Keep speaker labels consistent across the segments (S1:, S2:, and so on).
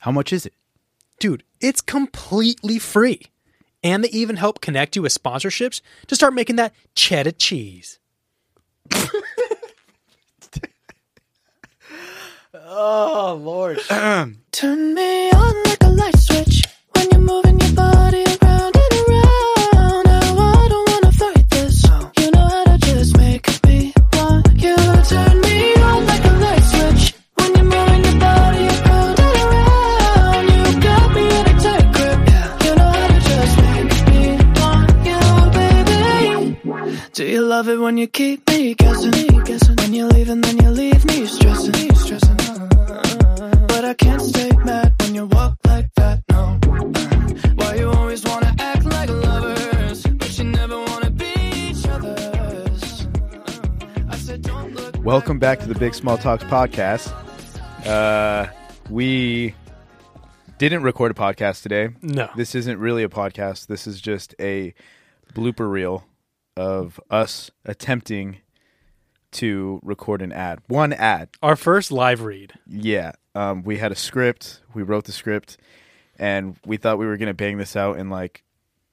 S1: How much is it? Dude, it's completely free. And they even help connect you with sponsorships to start making that cheddar cheese.
S2: Oh Lord.
S3: Turn me on like a light switch when you're moving your body around and around. Now I don't wanna fight this. You know how to just make me want you. Turn me on like a light switch when you're moving your body around and around. You got me in a tight grip. You know how to just make me want you, baby. Do you love it when you keep me guessing? When you leave and then you leave me stressing. But I can't stay mad when you walk like that, no. Why you always wanna act like lovers, but you never wanna be each other's? I said, don't look.
S2: Welcome back to the Big Small Talks podcast. Uh, we didn't record a podcast today.
S1: No.
S2: This isn't really a podcast. This is just a blooper reel of us attempting to record an ad. One ad.
S1: Our first live read.
S2: Yeah. Um, we had a script. We wrote the script and we thought we were going to bang this out in like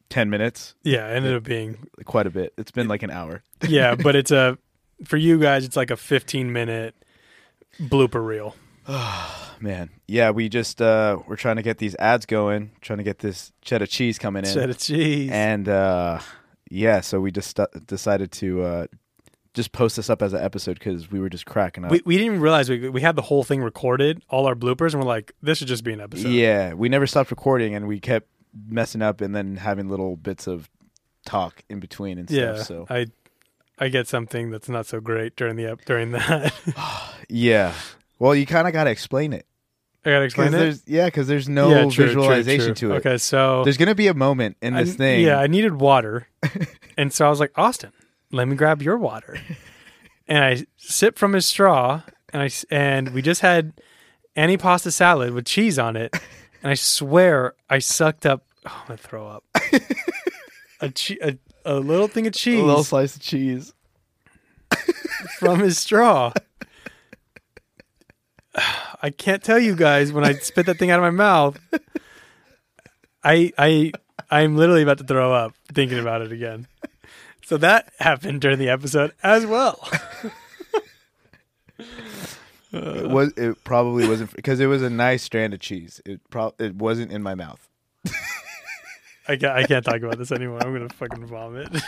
S2: 10 minutes,
S1: Yeah, it ended up being
S2: quite a bit. It's been like an hour.
S1: yeah, but it's a for you guys it's like a 15 minute blooper reel.
S2: Man, yeah, we just uh we're trying to get these ads going, trying to get this cheddar cheese coming in,
S1: Cheddar cheese.
S2: and uh yeah, so we just st- decided to uh just post this up as an episode because we were just cracking up.
S1: we, we didn't realize we, we had the whole thing recorded, all our bloopers, and we're like, this should just be an episode.
S2: yeah, we never stopped recording, and we kept messing up, and then having little bits of talk in between and stuff.
S1: yeah.
S2: so
S1: I I get something that's not so great during the ep- during that.
S2: yeah, well, you kind of got to explain it
S1: I gotta
S2: because
S1: explain it.
S2: there's yeah, because there's no
S1: yeah, true, true,
S2: visualization
S1: true.
S2: to it.
S1: Okay, so
S2: There's gonna be a moment in
S1: I-
S2: this thing.
S1: Yeah, I needed water. and so I was like, Austin, let me grab your water. And I sip from his straw and I s- and we just had antipasta salad with cheese on it. And I swear I sucked up oh, I'm gonna throw up. a, che- a a little thing of cheese
S2: a little slice of cheese.
S1: from his straw. I can't tell you guys when I spit that thing out of my mouth. I I I'm literally about to throw up thinking about it again. So that happened during the episode as well.
S2: It was it probably wasn't because it was a nice strand of cheese. It pro- it wasn't in my mouth.
S1: I can't, I can't talk about this anymore. I'm gonna fucking vomit.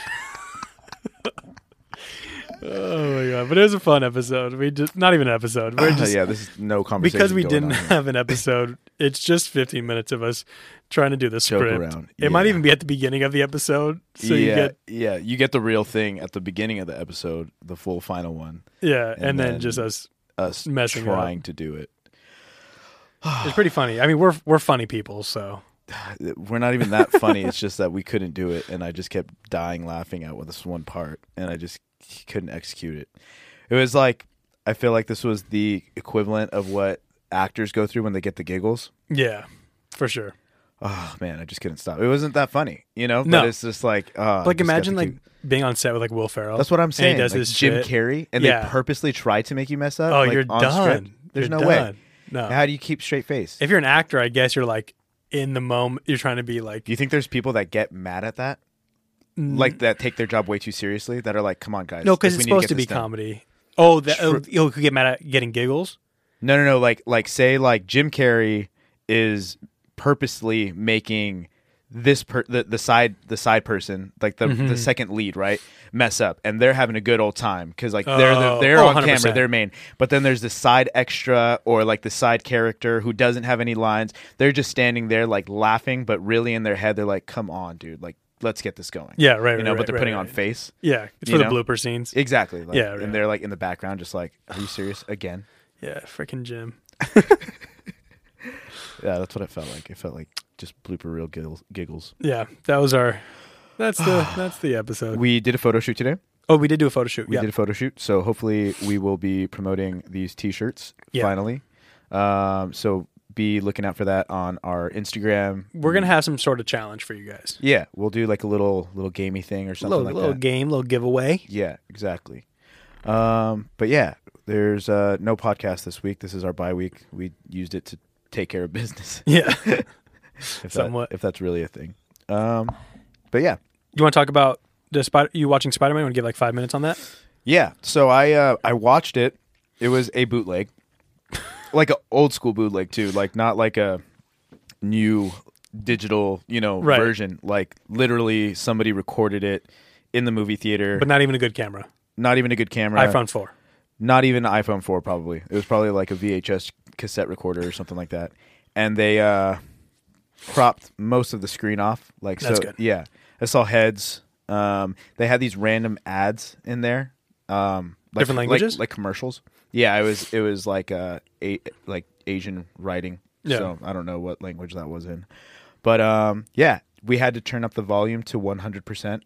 S1: oh my god! But it was a fun episode. We just not even an episode. We're just
S2: Uh, yeah, this is no conversation
S1: because we
S2: going
S1: didn't
S2: on here.
S1: have an episode it's just 15 minutes of us trying to do the
S2: Joke
S1: script
S2: around,
S1: it might
S2: yeah.
S1: even be at the beginning of the episode so
S2: yeah,
S1: you get
S2: yeah, you get the real thing at the beginning of the episode, the full final one.
S1: yeah and, then,
S2: then-
S1: just us
S2: Us
S1: Messing it up.
S2: trying to do it.
S1: it's pretty funny i mean we're we're funny people so
S2: We're not even that funny. it's just that we couldn't do it, and I just kept dying laughing at with this one part, and I just couldn't execute it. It was like I feel like this was the equivalent of what actors go through when they get the giggles.
S1: yeah for sure
S2: Oh man, I just couldn't stop. It wasn't that funny, you know.
S1: No.
S2: But it's just like, uh,
S1: like
S2: just got
S1: imagine
S2: to
S1: like
S2: keep-
S1: being on set with like will ferrell
S2: that's what I'm saying.
S1: and he does
S2: like
S1: his
S2: Jim
S1: shit.
S2: Carrey, and
S1: Yeah.
S2: they purposely try to make you mess up.
S1: oh
S2: like,
S1: you're
S2: on
S1: done
S2: script. There's
S1: You're
S2: no way.
S1: done. no
S2: How do you keep straight face?
S1: if you're an actor i guess you're like in the moment you're trying to be like
S2: do you think there's people that get mad at that, like that take their job way too seriously? That are like, come on, guys.
S1: no because
S2: like,
S1: it's
S2: we need
S1: supposed to
S2: get
S1: be
S2: this done."
S1: comedy oh that oh, you could get mad at getting giggles
S2: No, no, no. Like, like say like Jim Carrey is purposely making this per the, the side the side person like the
S1: Mm-hmm.
S2: the second lead right mess up and they're having a good old time because like they're the,
S1: Oh,
S2: they're
S1: oh,
S2: on
S1: 100%.
S2: camera they're main but then there's the side extra or like the side character who doesn't have any lines they're just standing there like laughing but really in their head they're like come on dude like let's get this going
S1: Yeah, right,
S2: you know
S1: right,
S2: but they're
S1: right,
S2: putting
S1: right,
S2: on
S1: right.
S2: face
S1: yeah it's
S2: You
S1: for
S2: know?
S1: the blooper scenes
S2: exactly like,
S1: Yeah, right.
S2: and they're like in the background just like are you serious again
S1: Yeah, freaking Jim.
S2: Yeah, that's what it felt like. It felt like just blooper reel giggles. giggles.
S1: Yeah, that was our. That's the that's the episode.
S2: We did a photo shoot today.
S1: oh, we did do a photo shoot.
S2: We
S1: yeah.
S2: did a photo shoot, so hopefully we will be promoting these T-shirts
S1: Yeah.
S2: finally. Um, so be looking out for that on our Instagram.
S1: We're gonna have some sort of challenge for you guys.
S2: Yeah, we'll do like a little little gamey thing or something
S1: Little
S2: like
S1: little
S2: that.
S1: game, little giveaway.
S2: yeah, exactly. Um, but yeah, there's uh, no podcast this week. This is our bye week. We used it to take care of business.
S1: Yeah.
S2: If
S1: Somewhat.
S2: That, if that's really a thing. Um, but yeah,
S1: you want to talk about the spider? You watching Spider Man? Want to give like five minutes on that?
S2: yeah. So I uh, I watched it. It was a bootleg, like an old school bootleg too. Like not like a new digital you know
S1: Right.
S2: version. Like literally somebody recorded it in the movie theater.
S1: But not even a good camera.
S2: not even a good camera.
S1: iPhone four.
S2: not even an iPhone 4 probably. It was probably like a VHS cassette recorder or something like that. And they uh cropped most of the screen off like
S1: That's
S2: so
S1: good.
S2: yeah. I saw heads. Um they had these random ads in there. Um like,
S1: Different
S2: like-
S1: languages?
S2: like, commercials. Yeah, it was it was like uh a, like Asian writing.
S1: Yeah.
S2: So I don't know what language that was in. But um yeah, we had to turn up the volume to 100%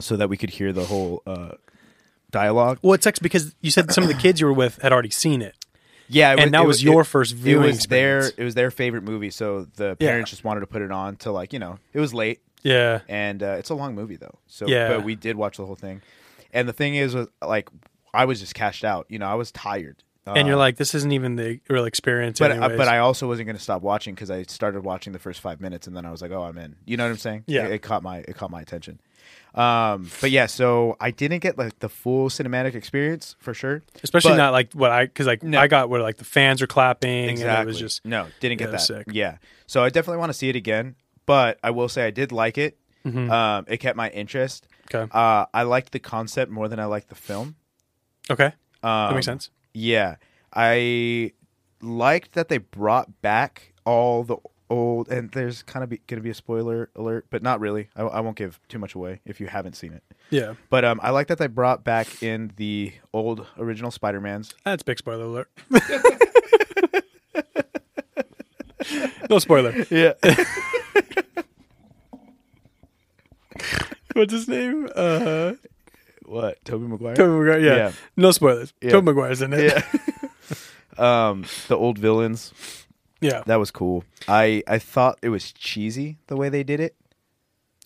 S2: so that we could hear the whole uh dialogue.
S1: Well, it sucks because you said some of the kids you were with had already seen it.
S2: Yeah, it,
S1: And that was your first viewing
S2: It was their
S1: experience.
S2: it was their favorite movie, so the
S1: Yeah.
S2: parents just wanted to put it on to like you know it was late
S1: Yeah.
S2: and uh, it's a long movie though. So
S1: Yeah.
S2: but we did watch the whole thing, and the thing is was, like I was just cashed out. You know, I was tired.
S1: and you're
S2: Uh,
S1: like, this isn't even the real experience.
S2: but I,
S1: anyways.
S2: but I also wasn't going to stop watching because I started watching the first five minutes and then I was like, oh, I'm in. You know what I'm saying?
S1: Yeah.
S2: It, it caught my it caught my attention. Um, but yeah, so I didn't get like the full cinematic experience for sure,
S1: especially
S2: but-
S1: not like what I because like I got where like the fans are clapping and it was just
S2: no, didn't
S1: yeah,
S2: get
S1: it
S2: that.
S1: was sick.
S2: Yeah, so I definitely want to see it again. But I will say I did like it. Um, it kept my interest.
S1: Mm-hmm. Okay.
S2: Uh, I liked the concept more than I liked the film.
S1: okay.
S2: Um,
S1: that makes sense.
S2: Yeah, I liked that they brought back all the old. And there's kind of going to be a spoiler alert, but not really. I, I won't give too much away if you haven't seen it.
S1: Yeah,
S2: But um, I like that they brought back in the old original Spider Mans.
S1: that's big spoiler alert. no spoiler.
S2: Yeah,
S1: What's his name? Uh,
S2: what Toby Maguire?
S1: Tobey Maguire. Yeah.
S2: Yeah.
S1: no spoilers.
S2: Yeah.
S1: Tobey Maguire's in it.
S2: yeah. um, the old villains.
S1: Yeah.
S2: That was cool. I I thought it was cheesy the way they did it.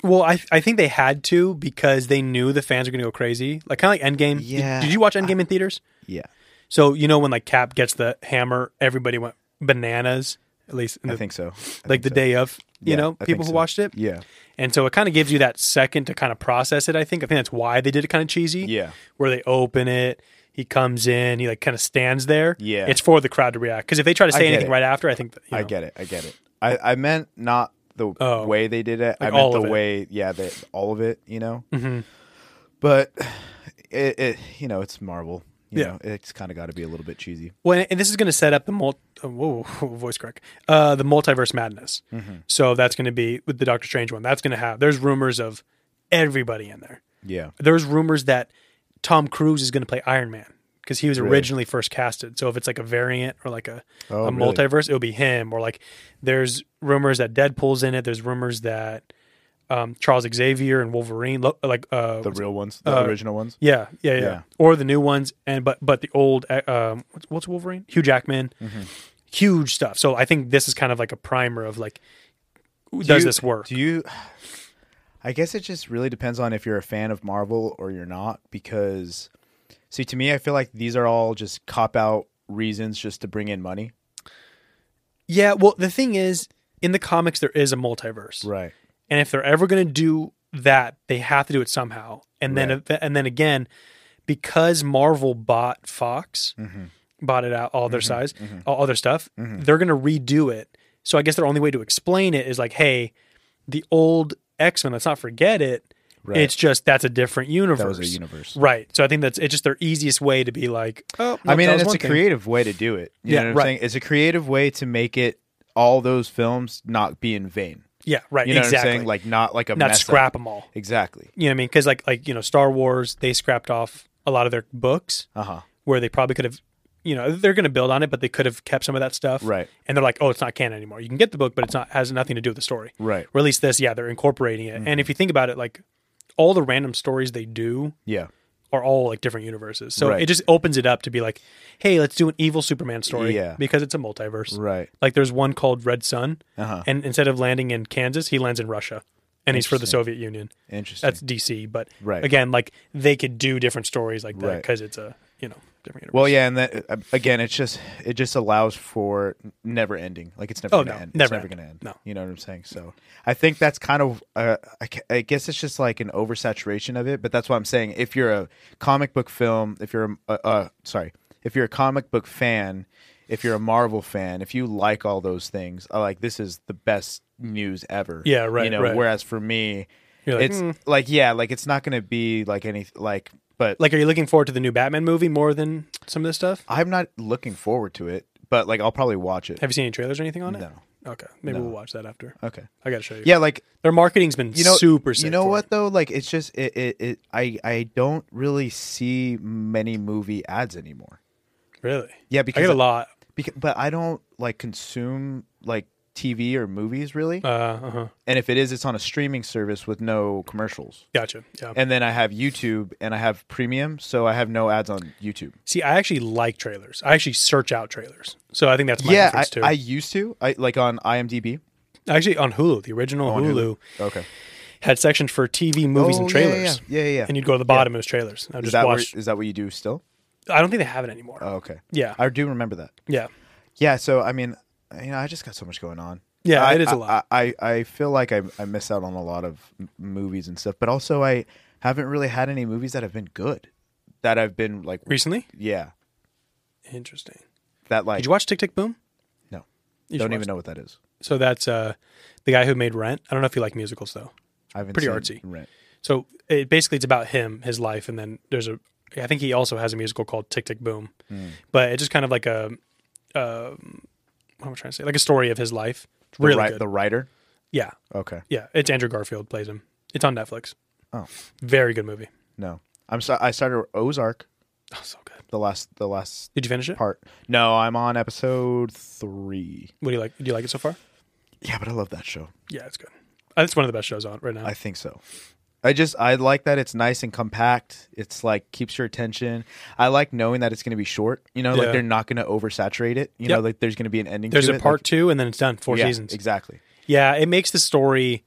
S1: Well, I I think they had to because they knew the fans were gonna go crazy. Like kind of like Endgame. Did-
S2: Yeah.
S1: Did, you watch Endgame in theaters?
S2: Yeah,
S1: So you know when like Cap gets the hammer, everybody went bananas. At least in
S2: I
S1: the,
S2: think so. I
S1: like
S2: think
S1: the
S2: so.
S1: day of. You
S2: Yeah,
S1: know,
S2: I
S1: people
S2: think
S1: who
S2: so.
S1: watched it.
S2: Yeah,
S1: And so it kind of gives you that second to kind of process it, I think. I think that's why they did it kind of cheesy.
S2: Yeah.
S1: Where they open it, he comes in, he like kind of stands there.
S2: Yeah.
S1: It's for the crowd to react. Because if they try to say
S2: get
S1: anything
S2: it.
S1: right after, I think that, you
S2: I
S1: know.
S2: get it. I get it. I I meant not the
S1: Oh.
S2: way they did it. I
S1: Like
S2: meant
S1: all
S2: the
S1: of it.
S2: way. Yeah, the, all of it. You know. Mm-hmm. But it, it you know it's Marvel. You
S1: Yeah.
S2: know, it's kind of got to be a little bit cheesy.
S1: Well, and this is going to set up the mul- oh, whoa, whoa, voice crack, uh, the multiverse madness.
S2: Mm-hmm.
S1: So that's going to be with the Doctor Strange one. That's going to have. There's rumors of everybody in there.
S2: Yeah.
S1: There's rumors that Tom Cruise is going to play Iron Man because he was originally first casted. So if it's like a variant or like a,
S2: Oh,
S1: a
S2: really?
S1: multiverse, it'll be him. Or like there's rumors that Deadpool's in it. There's rumors that um, Charles Xavier and Wolverine, lo- like uh,
S2: The
S1: what's-
S2: real ones, the
S1: Uh,
S2: original ones.
S1: yeah, yeah, yeah,
S2: Yeah.
S1: Or the new ones, and but but the old uh, um, what's, what's Wolverine? Hugh Jackman,
S2: Mm-hmm.
S1: huge stuff. So I think this is kind of like a primer of like, does
S2: you-
S1: this work?
S2: Do you? I guess it just really depends on if you're a fan of Marvel or you're not. Because, see, to me, I feel like these are all just cop out reasons just to bring in money.
S1: yeah. Well, the thing is, in the comics, there is a multiverse,
S2: Right.
S1: and if they're ever going to do that, they have to do it somehow. And then and then again, because Marvel bought Fox,
S2: Mm-hmm.
S1: bought it out all their size, all, all their stuff, they're going to redo it. So I guess their only way to explain it is like, hey, the old X Men. Let's not forget it.
S2: Right.
S1: It's just that's a different universe.
S2: That was a universe.
S1: Right. So I think that's it's just their easiest way to be like, oh,
S2: I mean, and
S1: that was
S2: it's
S1: one
S2: a
S1: thing.
S2: creative way to do it. You
S1: Yeah,
S2: know what I'm
S1: right.
S2: saying? It's a creative way to make it all those films not be in vain.
S1: Yeah. Right.
S2: You know
S1: exactly.
S2: what I'm saying? Like not like a
S1: not
S2: mess
S1: scrap
S2: Up.
S1: them all.
S2: Exactly.
S1: You know what I mean? Because like like you know, Star Wars they scrapped off a lot of their books.
S2: Uh huh.
S1: where they probably could have you know they're going to build on it but they could have kept some of that stuff
S2: Right.
S1: and they're like oh it's not canon anymore you can get the book but it's not has nothing to do with the story
S2: Right. Mm-hmm.
S1: or at least this yeah they're incorporating it and if you think about it like all the random stories they do
S2: Yeah.
S1: are all like different universes so
S2: Right.
S1: it just opens it up to be like hey let's do an evil superman story
S2: Yeah.
S1: because it's a multiverse
S2: Right.
S1: like there's one called red sun
S2: Uh-huh.
S1: and instead of landing in kansas he lands in russia and he's for the soviet union
S2: Interesting.
S1: that's dc but
S2: Right.
S1: again like they could do different stories like that
S2: Right.
S1: because it's a you know different universe.
S2: Well, yeah, and that uh, again, it's just it just allows for never ending. Like it's never
S1: Oh,
S2: gonna
S1: no,
S2: end.
S1: never
S2: it's never
S1: end.
S2: gonna end.
S1: No.
S2: you know what I'm saying. So I think that's kind of uh, I, ca- I guess it's just like an oversaturation of it. But that's why I'm saying if you're a comic book film, if you're a, uh, uh, sorry, if you're a comic book fan, if you're a Marvel fan, if you like all those things, I like this is the best news ever.
S1: Yeah, right,
S2: You know,
S1: right.
S2: whereas for me,
S1: You're like,
S2: it's
S1: "Hmm."
S2: like yeah, like it's not gonna be like any like but
S1: Like, are you looking forward to the new Batman movie more than some of this stuff?
S2: I'm not looking forward to it, but like I'll probably watch it.
S1: Have you seen any trailers or anything on it?
S2: No.
S1: Okay, maybe
S2: No.
S1: we'll watch that after.
S2: Okay.
S1: I gotta show you.
S2: Yeah, like
S1: their marketing's been
S2: you know,
S1: super. Sick
S2: You know
S1: for
S2: what
S1: it.
S2: though? Like it's just it, it, it. I I don't really see many movie ads anymore.
S1: Really?
S2: Yeah,
S1: I
S2: because
S1: get a lot.
S2: Because, but I don't like consume like TV or movies really.
S1: Uh huh.
S2: and if it is, it's on a streaming service with no commercials.
S1: Gotcha. Yeah.
S2: And then I have YouTube and I have premium, so I have no ads on YouTube.
S1: See, I actually like trailers. I actually search out trailers. So I think that's my
S2: yeah, I,
S1: difference too.
S2: I used to. I like on IMDb.
S1: actually on Hulu, the original
S2: Oh, On
S1: Hulu,
S2: Okay.
S1: had sections for TV, movies,
S2: Oh,
S1: and
S2: yeah, yeah,
S1: trailers.
S2: yeah, yeah, yeah.
S1: And you'd go to the bottom it was trailers. And I would
S2: Is
S1: just
S2: that where,
S1: watch.
S2: is that what you do still?
S1: I don't think they have it anymore.
S2: Oh, okay.
S1: Yeah.
S2: I do remember that.
S1: yeah.
S2: Yeah, so I mean, you know, I just got so much going on.
S1: Yeah,
S2: I,
S1: it is
S2: a
S1: a lot.
S2: I, I, I feel like I, I miss out on a lot of m- movies and stuff, but also I haven't really had any movies that have been good that I've been like,
S1: Recently?
S2: yeah,
S1: Interesting.
S2: that like
S1: Did you watch Tick Tick Boom?
S2: no,
S1: You should
S2: don't
S1: watch
S2: even know what that is.
S1: So that's uh, the guy who made Rent. I don't know if you like musicals though.
S2: I haven't
S1: Pretty
S2: seen
S1: artsy.
S2: Rent.
S1: So it basically it's about him, his life, and then there's a. I think he also has a musical called Tick Tick Boom,
S2: Hmm.
S1: but it's just kind of like a, um what am I trying to say? Like a story of his life. It's
S2: The,
S1: really
S2: ri-
S1: good.
S2: the writer.
S1: yeah,
S2: Okay,
S1: yeah. It's Andrew Garfield plays him. It's on Netflix.
S2: Oh.
S1: very good movie.
S2: no, I'm so I started Ozark
S1: Oh, so good.
S2: the last the last
S1: Did you finish it?
S2: part. No, I'm on episode three.
S1: What do you like? Do you like it so far?
S2: Yeah, but I love that show.
S1: Yeah, it's good. Uh, It's one of the best shows on right now.
S2: I think so. I just I like that it's nice and compact. It's like keeps your attention. I like knowing that it's going to be short. You know, like
S1: Yeah.
S2: they're not going to oversaturate it. You
S1: Yep.
S2: know, like there's going to be an ending.
S1: there's
S2: to
S1: a
S2: it.
S1: part
S2: Like-
S1: two, and then it's done. Four
S2: yeah,
S1: seasons.
S2: exactly.
S1: Yeah, it makes the story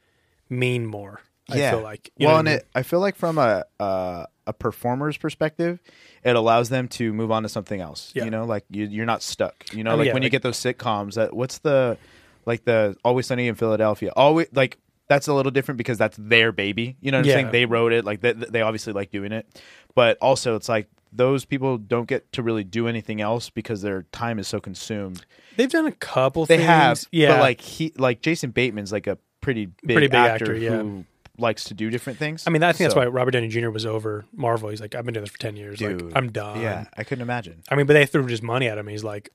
S1: mean more.
S2: yeah.
S1: I feel like. You know
S2: well,
S1: what
S2: and
S1: I mean?
S2: it, I feel like from a uh, a performer's perspective, it allows them to move on to something else.
S1: Yeah.
S2: You know, like you, you're not stuck. You know,
S1: I mean,
S2: like
S1: yeah,
S2: when you
S1: like-
S2: get those sitcoms. That what's the like the Always Sunny in Philadelphia? Always like that's a little different because that's their baby. You know what I'm
S1: Yeah.
S2: saying? They wrote it. Like they, they obviously like doing it, but also it's like those people don't get to really do anything else because their time is so consumed.
S1: They've done a couple.
S2: They
S1: things.
S2: have,
S1: yeah.
S2: but like he, like Jason Bateman's like a pretty big,
S1: Pretty big
S2: actor,
S1: actor, yeah.
S2: who likes to do different things.
S1: I mean, I think that's
S2: So-
S1: why Robert Downey Jr. was over Marvel. He's like, I've been doing this for ten years.
S2: Dude,
S1: like, I'm done.
S2: Yeah, I couldn't imagine.
S1: I mean, but they threw just money at him. He's like,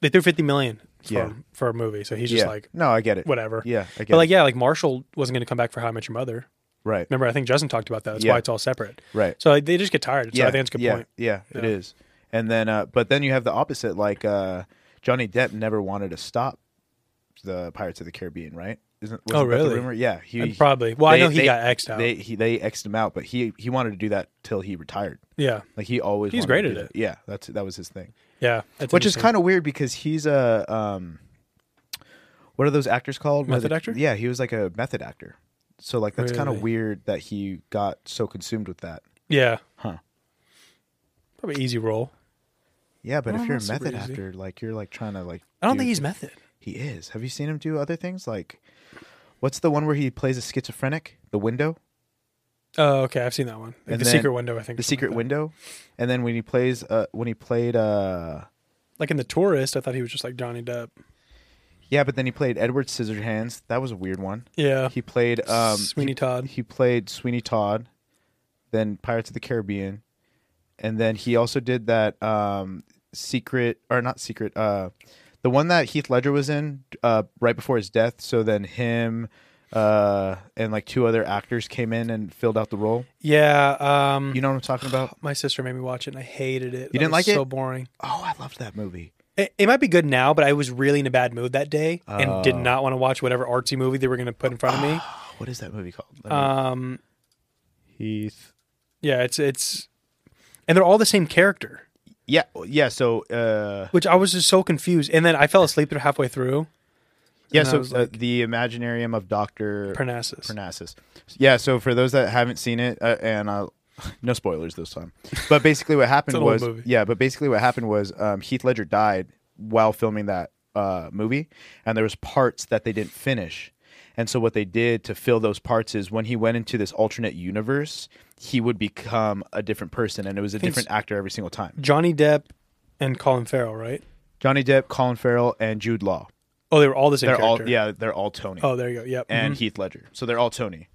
S1: they threw fifty million for
S2: Yeah.
S1: him- for a movie, so he's just
S2: yeah.
S1: like,
S2: no, I get it.
S1: whatever.
S2: Yeah, I get
S1: But like,
S2: it.
S1: yeah, like Marshall wasn't going to come back for How I Met Your Mother.
S2: Right.
S1: Remember, I think Justin talked about that. That's
S2: Yeah.
S1: why it's all separate.
S2: Right.
S1: So like, they just get tired. So
S2: yeah,
S1: I think that's a good
S2: yeah,
S1: point.
S2: Yeah, it
S1: Yeah.
S2: is. And then, uh, but then you have the opposite. Like uh, Johnny Depp never wanted to stop the Pirates of the Caribbean, right? Isn't wasn't
S1: Oh,
S2: that
S1: really?
S2: the rumor? Yeah, he
S1: And probably. Well, I know he
S2: they-
S1: got X'd out.
S2: They he, they X'd him out, but he he wanted to do that till he retired.
S1: Yeah.
S2: Like he always
S1: He's
S2: wanted
S1: great
S2: to
S1: at
S2: do that. Yeah, that's that was his thing.
S1: Yeah. That's
S2: which is
S1: interesting.
S2: kind of weird because he's a um, what are those actors called? Where
S1: Method
S2: the-
S1: actor?
S2: Yeah, he was like a method actor. So like that's kind
S1: Really?
S2: of weird that he got so consumed with that.
S1: yeah.
S2: Huh.
S1: Probably easy role.
S2: Yeah, but
S1: Well,
S2: if you're a
S1: Oh, that's super
S2: method
S1: easy.
S2: actor, like you're like trying to like.
S1: I don't
S2: do-
S1: think he's method.
S2: He is. Have you seen him do other things? Like, what's the one where he plays a schizophrenic? The window.
S1: Oh, okay. I've seen that one. Like
S2: And
S1: the
S2: then-
S1: Secret Window, I think.
S2: The
S1: or something
S2: secret
S1: like that.
S2: window. And then when he plays, uh, when he played, uh,
S1: Like in The Tourist, I thought he was just like Johnny Depp.
S2: yeah, but then he played Edward Scissorhands. That was a weird one.
S1: Yeah.
S2: He played um,
S1: Sweeney
S2: he-
S1: Todd.
S2: He played Sweeney Todd, then Pirates of the Caribbean, and then he also did that um, secret or not secret, uh, the one that Heath Ledger was in uh, right before his death. So then him uh, and like two other actors came in and filled out the role.
S1: yeah. Um,
S2: You know what I'm talking about?
S1: my sister made me watch it and I hated it. You
S2: didn't like it?
S1: So boring.
S2: Oh, I loved that movie.
S1: It, it might be good now, but I was really in a bad mood that day and did not want to watch whatever artsy movie they were going to put in front of me.
S2: Oh, what is that movie called? Let me-
S1: Um,
S2: Heath.
S1: yeah, it's it's, and they're all the same character,
S2: Yeah, yeah. So uh,
S1: which I was just so confused. And then I fell asleep halfway through.
S2: yeah,
S1: And I
S2: so
S1: was
S2: uh,
S1: like-
S2: the Imaginarium of Doctor
S1: Parnassus.
S2: Parnassus. Yeah. So for those that haven't seen it, uh, and I'll No spoilers this time. But basically, what happened
S1: an old
S2: was
S1: movie.
S2: yeah. But basically, what happened was um, Heath Ledger died while filming that uh, movie, and there was parts that they didn't finish. And so what they did to fill those parts is when he went into this alternate universe, he would become a different person, and it was a
S1: think
S2: different actor every single time.
S1: Johnny Depp and Colin Farrell, right?
S2: Johnny Depp, Colin Farrell, and Jude Law.
S1: Oh, they were all the same
S2: They're
S1: character.
S2: all yeah, they're all Tony.
S1: Oh, there you go. Yep.
S2: and
S1: Mhm.
S2: Heath Ledger. So they're all Tony.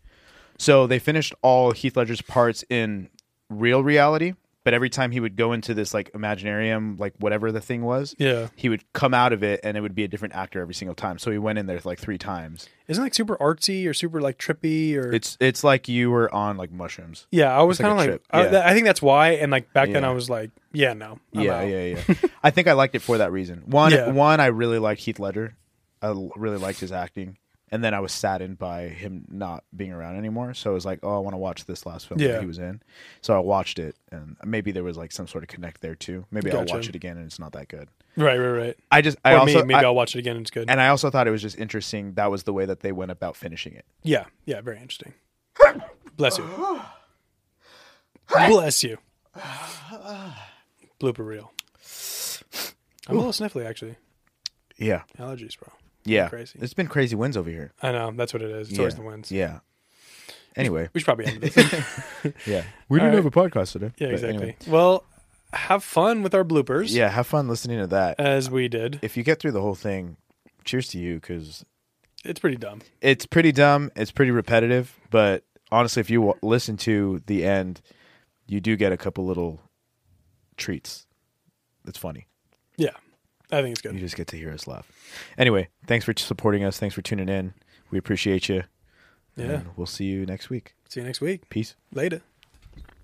S2: So they finished all Heath Ledger's parts in real reality, but every time he would go into this like imaginarium, like whatever the thing was,
S1: Mm-hmm. yeah.
S2: he would come out of it and it would be a different actor every single time. So he went in there like three times.
S1: Isn't it, like super artsy or super like trippy or
S2: It's it's like you were on like mushrooms.
S1: yeah, I was
S2: it's like
S1: kind
S2: a
S1: of like,
S2: trip.
S1: I,
S2: Yeah.
S1: that- I think that's why. And like back then,
S2: Yeah.
S1: I was like, yeah, no, I'm
S2: yeah,
S1: out.
S2: yeah, yeah, I think I liked it for that reason. One,
S1: Yeah.
S2: one, I really liked Heath Ledger. I l- really liked his acting, and then I was saddened by him not being around anymore. So I was like, oh, I want to watch this last film
S1: Yeah.
S2: that he was in. So I watched it, and maybe there was like some sort of connect there too. Maybe
S1: Gotcha.
S2: I'll watch it again, and it's not that good.
S1: right, right, right.
S2: I just, I
S1: Or
S2: also,
S1: me, maybe
S2: I-
S1: I'll watch it again. It's good.
S2: and I also thought it was just interesting. That was the way that they went about finishing it.
S1: yeah, yeah, very interesting. Bless you. Bless you. Blooper reel. I'm a little sniffly actually.
S2: Yeah,
S1: Allergies, bro.
S2: yeah.
S1: Crazy.
S2: It's been crazy wins over here.
S1: I know that's what it is. It's always
S2: yeah.
S1: the winds.
S2: Yeah. Anyway,
S1: We should probably end this.
S2: yeah. We
S1: All
S2: didn't
S1: right.
S2: have a podcast today.
S1: Yeah,
S2: but
S1: exactly.
S2: anyway.
S1: Well, have fun with our bloopers.
S2: Yeah, have fun listening to that.
S1: As we did.
S2: if you get through the whole thing, cheers to you because
S1: It's pretty dumb.
S2: it's pretty dumb. It's pretty repetitive, but honestly, if you w- listen to the end, you do get a couple little treats. It's funny.
S1: Yeah. I think it's
S2: You
S1: good.
S2: just get to hear us laugh. Anyway, thanks for supporting us. Thanks for tuning in. We appreciate you.
S1: Yeah.
S2: And we'll see you next week.
S1: See you next week.
S2: Peace.
S1: Later.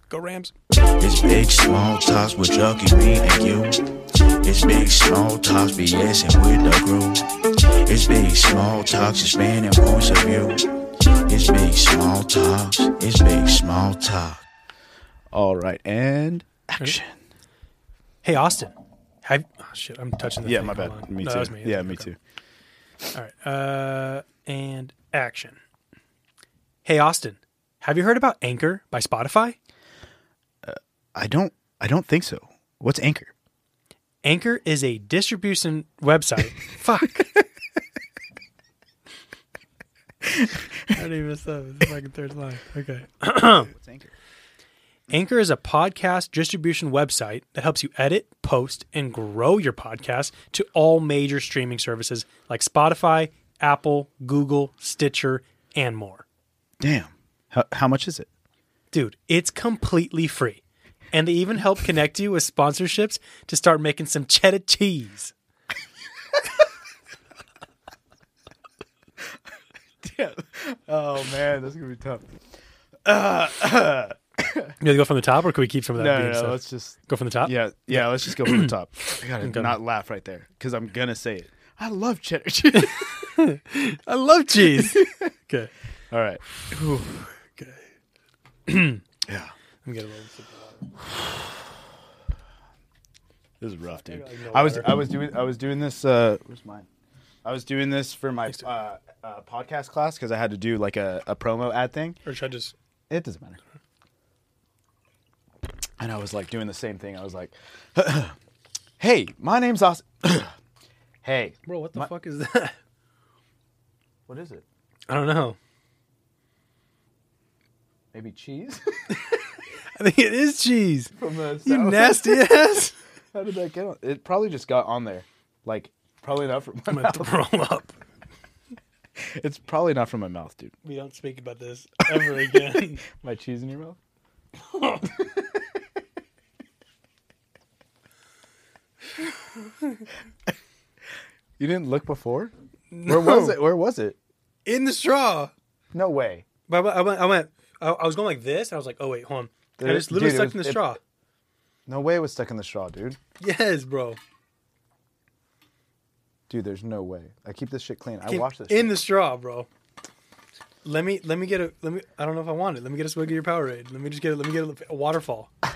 S1: Go Rams.
S4: It's big small talks with Chucky, me and you. It's big small talks, BSing with the group. It's big small talks, expanding points of view. It's big small talks, it's big small talk.
S2: All right. And action.
S1: Hey, Austin. Have, oh, shit. I'm touching the
S2: Yeah,
S1: thing.
S2: my
S1: Hold
S2: bad.
S1: on.
S2: Me
S1: No,
S2: too.
S1: that was me.
S2: Yeah,
S1: Okay.
S2: me too.
S1: All right. Uh, and action. Hey, Austin. Have you heard about Anchor by Spotify?
S2: I don't I don't think so. What's anchor?
S1: Anchor is a distribution website. Fuck. I didn't even mess up. It's the fucking third line. Okay.
S2: What's anchor?
S1: Anchor is a podcast distribution website that helps you edit, post, and grow your podcast to all major streaming services like Spotify, Apple, Google, Stitcher, and more.
S2: Damn. How, how much is it?
S1: Dude, it's completely free. And they even help connect you with sponsorships to start making some cheddar cheese.
S2: Oh man, that's gonna be tough.
S1: You gotta go from the top, or could we keep some of that?
S2: No,
S1: being
S2: no, no,
S1: stuff?
S2: let's just
S1: go from the top.
S2: yeah, yeah. Let's just go from the top. I gotta
S1: Okay.
S2: not laugh right there because I'm gonna say it. I love cheddar cheese.
S1: I love cheese. okay,
S2: All right.
S1: okay.
S2: Yeah,
S1: Let me get a little. sip of water.
S2: this is rough, dude.
S1: like, no
S2: I was
S1: water.
S2: I was doing I was doing this. Uh, where's mine? I was doing this for my
S1: to-
S2: uh, uh, podcast class because I had to do like a, a promo ad thing.
S1: Or should I just?
S2: It doesn't matter. And I was like doing the same thing. I was like, "Hey, my name's Austin." hey,
S1: Bro, what the fuck is that?
S2: what is it?
S1: I don't know.
S2: Maybe cheese
S1: I think it is cheese.
S2: from the
S1: You
S2: salad?
S1: nasty ass.
S2: How did that get on? It probably just got on there. Like, probably not from my
S1: I'm gonna
S2: mouth.
S1: throw up.
S2: It's probably not from my mouth, dude.
S1: We don't speak about this ever again.
S2: My cheese in your mouth? you didn't look before? Where was it? Where was it?
S1: In the straw.
S2: No way.
S1: But I went. I went. I, I was going like this, and I was like, "Oh wait, hold on." And I
S2: Dude,
S1: just literally
S2: dude, it
S1: sucked
S2: was-
S1: in the
S2: it-
S1: straw.
S2: No way it was stuck in the straw, dude.
S1: Yes, bro.
S2: Dude, there's no way. I keep this shit clean. I
S1: Came
S2: wash this.
S1: in
S2: shit.
S1: the straw, bro. Let me let me get a let me. I don't know if I want it. Let me get a swig of your Powerade. Let me just get it. Let me get a, a waterfall.
S2: I,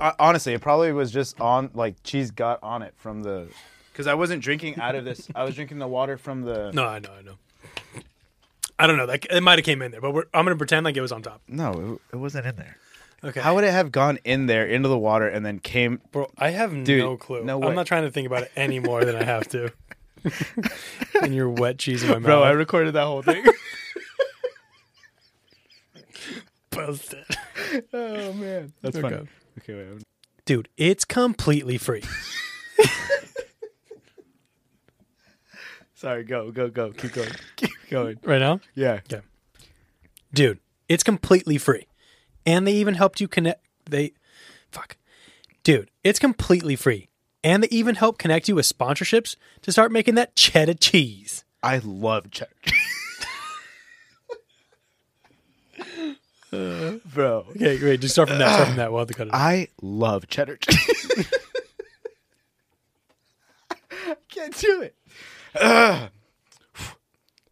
S2: Uh, honestly, it probably was just on like cheese got on it from the because I wasn't drinking out of this. I was drinking the water from the.
S1: No, I know, I know. I don't know. That it might have came in there, but we're, I'm gonna pretend like it was on top.
S2: No, it, it wasn't in there.
S1: Okay.
S2: How would it have gone in there into the water and then came?
S1: Bro, I have
S2: Dude,
S1: no clue.
S2: no way.
S1: I'm not trying to think about it any more than I have to. and your wet cheese in my mouth.
S2: Bro, I recorded that whole thing.
S1: Busted.
S2: oh man, that's
S1: Okay.
S2: funny. Okay, wait. I'm-
S1: Dude, it's completely free.
S2: Sorry, go, go, go. Keep going. Keep going.
S1: Right now?
S2: Yeah.
S1: Okay. Dude, it's completely free. And they even helped you connect they fuck. Dude, it's completely free. And they even help connect you with sponsorships to start making that cheddar cheese.
S2: I love cheddar. Bro,
S1: Okay, great. Just start from that. Start from that. We'll have to cut it.
S2: I love cheddar cheese. I can't do it. Ugh.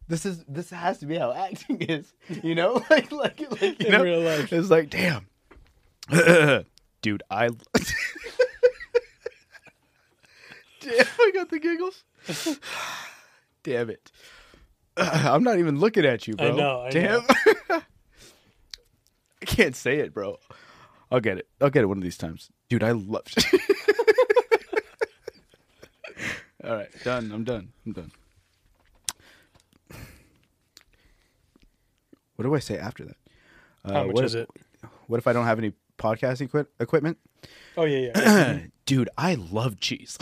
S2: This is this has to be how acting is, you know, like like like you
S1: In
S2: know,
S1: real life.
S2: it's like damn, dude, I damn, I got the giggles. damn it, I'm not even looking at you, bro.
S1: I know, I
S2: damn, I can't say it, bro. I'll get it. I'll get it one of these times. Dude, I love All right, done. I'm done. I'm done. What do I say after that? Uh,
S1: How much
S2: what
S1: is
S2: if,
S1: it?
S2: What if I don't have any podcasting equip- equipment?
S1: Oh yeah, yeah.
S2: Dude, I love cheese.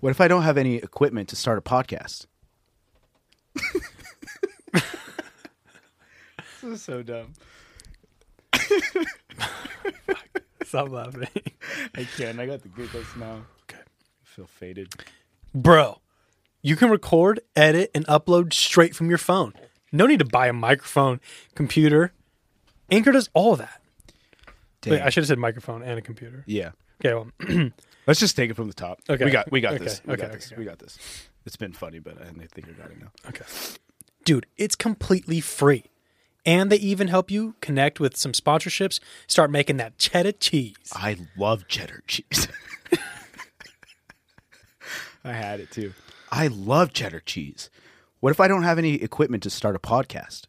S2: what if I don't have any equipment to start a podcast? this is so dumb.
S1: Stop laughing.
S2: I can. I got the giggles now.
S1: okay.
S2: I feel faded.
S1: Bro, you can record, edit, and upload straight from your phone. No need to buy a microphone, computer. Anchor does all that.
S2: Damn.
S1: Wait, I should have said microphone and a computer.
S2: yeah.
S1: Okay, well,
S2: Let's just take it from the top.
S1: Okay.
S2: We got we got
S1: Okay.
S2: this. We
S1: Okay,
S2: got
S1: okay,
S2: this.
S1: okay.
S2: We got this. It's been funny, but I think I got it now.
S1: okay. Dude, it's completely free. And they even help you connect with some sponsorships, start making that cheddar cheese.
S2: I love cheddar cheese. I had it too. I love cheddar cheese. What if I don't have any equipment to start a podcast?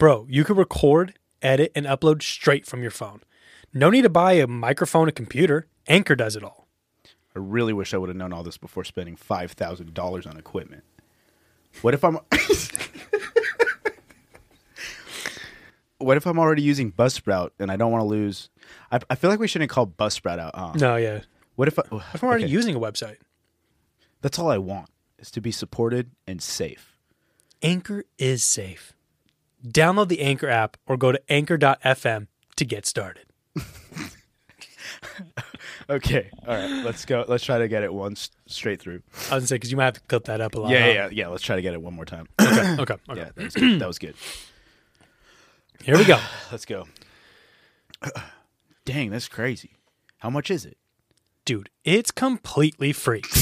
S1: Bro, you can record, edit, and upload straight from your phone. No need to buy a microphone, a computer. Anchor does it all.
S2: I really wish I would have known all this before spending five thousand dollars on equipment. What if I'm What if I'm already using Buzzsprout and I don't want to lose? I, I feel like we shouldn't call Buzzsprout out. Huh?
S1: No, yeah.
S2: What if I,
S1: If I'm already
S2: okay.
S1: using a website,
S2: That's all I want is to be supported and safe.
S1: Anchor is safe. Download the Anchor app or go to anchor.fm to get started.
S2: Okay. All right. Let's go. Let's try to get it once straight through. Uh-huh.
S1: I was gonna say because you might have to clip that up a lot.
S2: Yeah, yeah,
S1: huh?
S2: yeah, yeah. Let's try to get it one more time.
S1: Okay, okay, okay.
S2: yeah, that was good. That was good.
S1: Here we go.
S2: Let's go. Dang, that's crazy. How much is it?
S1: Dude, it's completely free.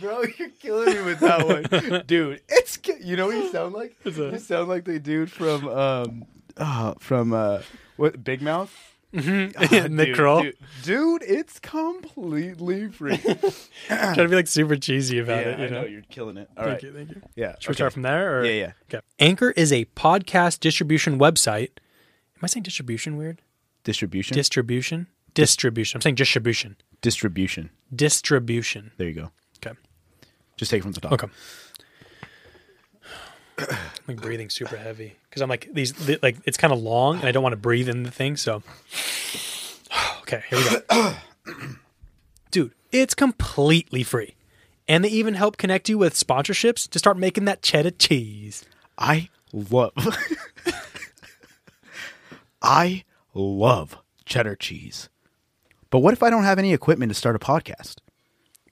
S2: Bro, you're killing me with that one, dude. It's ki- you know what you sound like. You sound like the dude from um uh, from uh what Big Mouth.
S1: Nick
S2: dude,
S1: Kroll.
S2: Ah, dude, dude, it's completely free.
S1: Trying to be like super cheesy about it. You know?
S2: you're killing it. All
S1: thank
S2: right.
S1: you, thank you.
S2: Yeah.
S1: Should we start from there? Or?
S2: Yeah, yeah.
S1: Okay. Anchor is a podcast distribution website. Am I saying distribution weird?
S2: distribution?
S1: Distribution? Distribution. I'm saying distribution.
S2: distribution.
S1: Distribution.
S2: There you go.
S1: Okay.
S2: Just take it from the top.
S1: Okay. I'm like breathing super heavy because I'm like these th- like it's kind of long and I don't want to breathe in the thing. So okay, here we go, dude. It's completely free, and they even help connect you with sponsorships to start making that cheddar cheese.
S2: I love. I love cheddar cheese. But what if I don't have any equipment to start a podcast?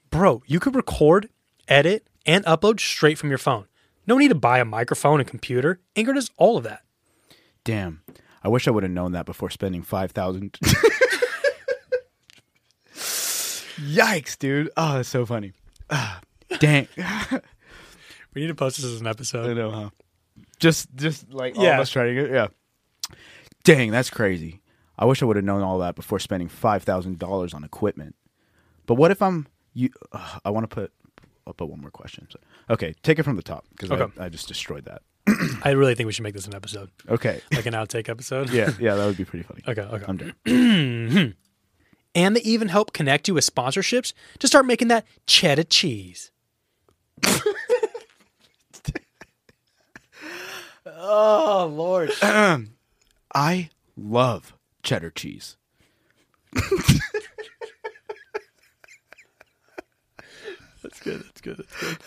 S1: Bro, you could record, edit, and upload straight from your phone. No need to buy a microphone and computer. Anchor does all of that.
S2: Damn. I wish I would have known that before spending 5000 Yikes, dude. Oh, that's so funny. Ah, dang. I
S1: We need to post this as an episode.
S2: know, huh? Just, just like
S1: Yeah.
S2: all of us trying to get, yeah. Dang, that's crazy. I wish I would have known all that before spending $5,000 on equipment. But what if I'm you. Uh, I want to put. I'll put one more question. So- okay, take it from the top because
S1: Okay.
S2: I, I just destroyed that.
S1: I really think we should make this an episode,
S2: Okay.
S1: like an outtake episode.
S2: yeah, yeah, that would be pretty funny.
S1: Okay, okay.
S2: I'm done.
S1: And they even help connect you with sponsorships to start making that cheddar cheese.
S2: Oh Lord, I love cheddar cheese.
S1: That's good. That's good. That's good.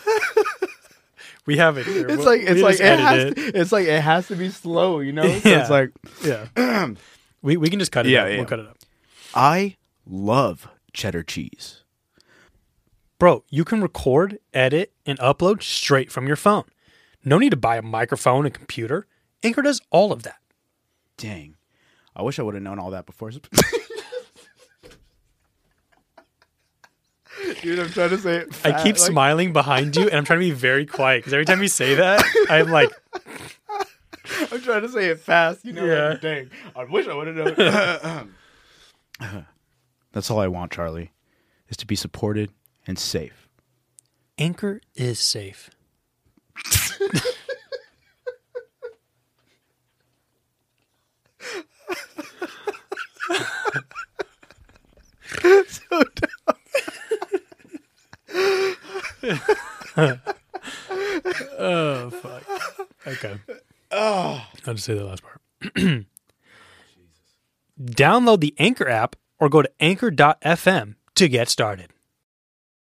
S1: we have it. Here.
S2: It's
S1: We'll-
S2: like it's
S1: we
S2: like
S1: just
S2: it
S1: edit
S2: has to, it's like it has to be slow, you know. So
S1: Yeah.
S2: it's like
S1: Yeah. we we can just cut it.
S2: Yeah,
S1: up.
S2: yeah.
S1: We'll cut it up.
S2: I love cheddar cheese.
S1: Bro, you can record, edit, and upload straight from your phone. No need to buy a microphone and computer. Anchor does all of that.
S2: Dang, I wish I would have known all that before. Dude, I'm trying to say it.
S1: I keep
S2: fast, like-
S1: smiling behind you, and I'm trying to be very quiet because every time you say that, I'm like,
S2: I'm trying to say it fast, you know.
S1: Yeah.
S2: like, dang, I wish I would have known. That's all I want, Charlie, is to be supported and safe.
S1: Anchor is safe. oh fuck. Okay. I'll just say that last part. Download the Anchor app or go to anchor.fm to get started.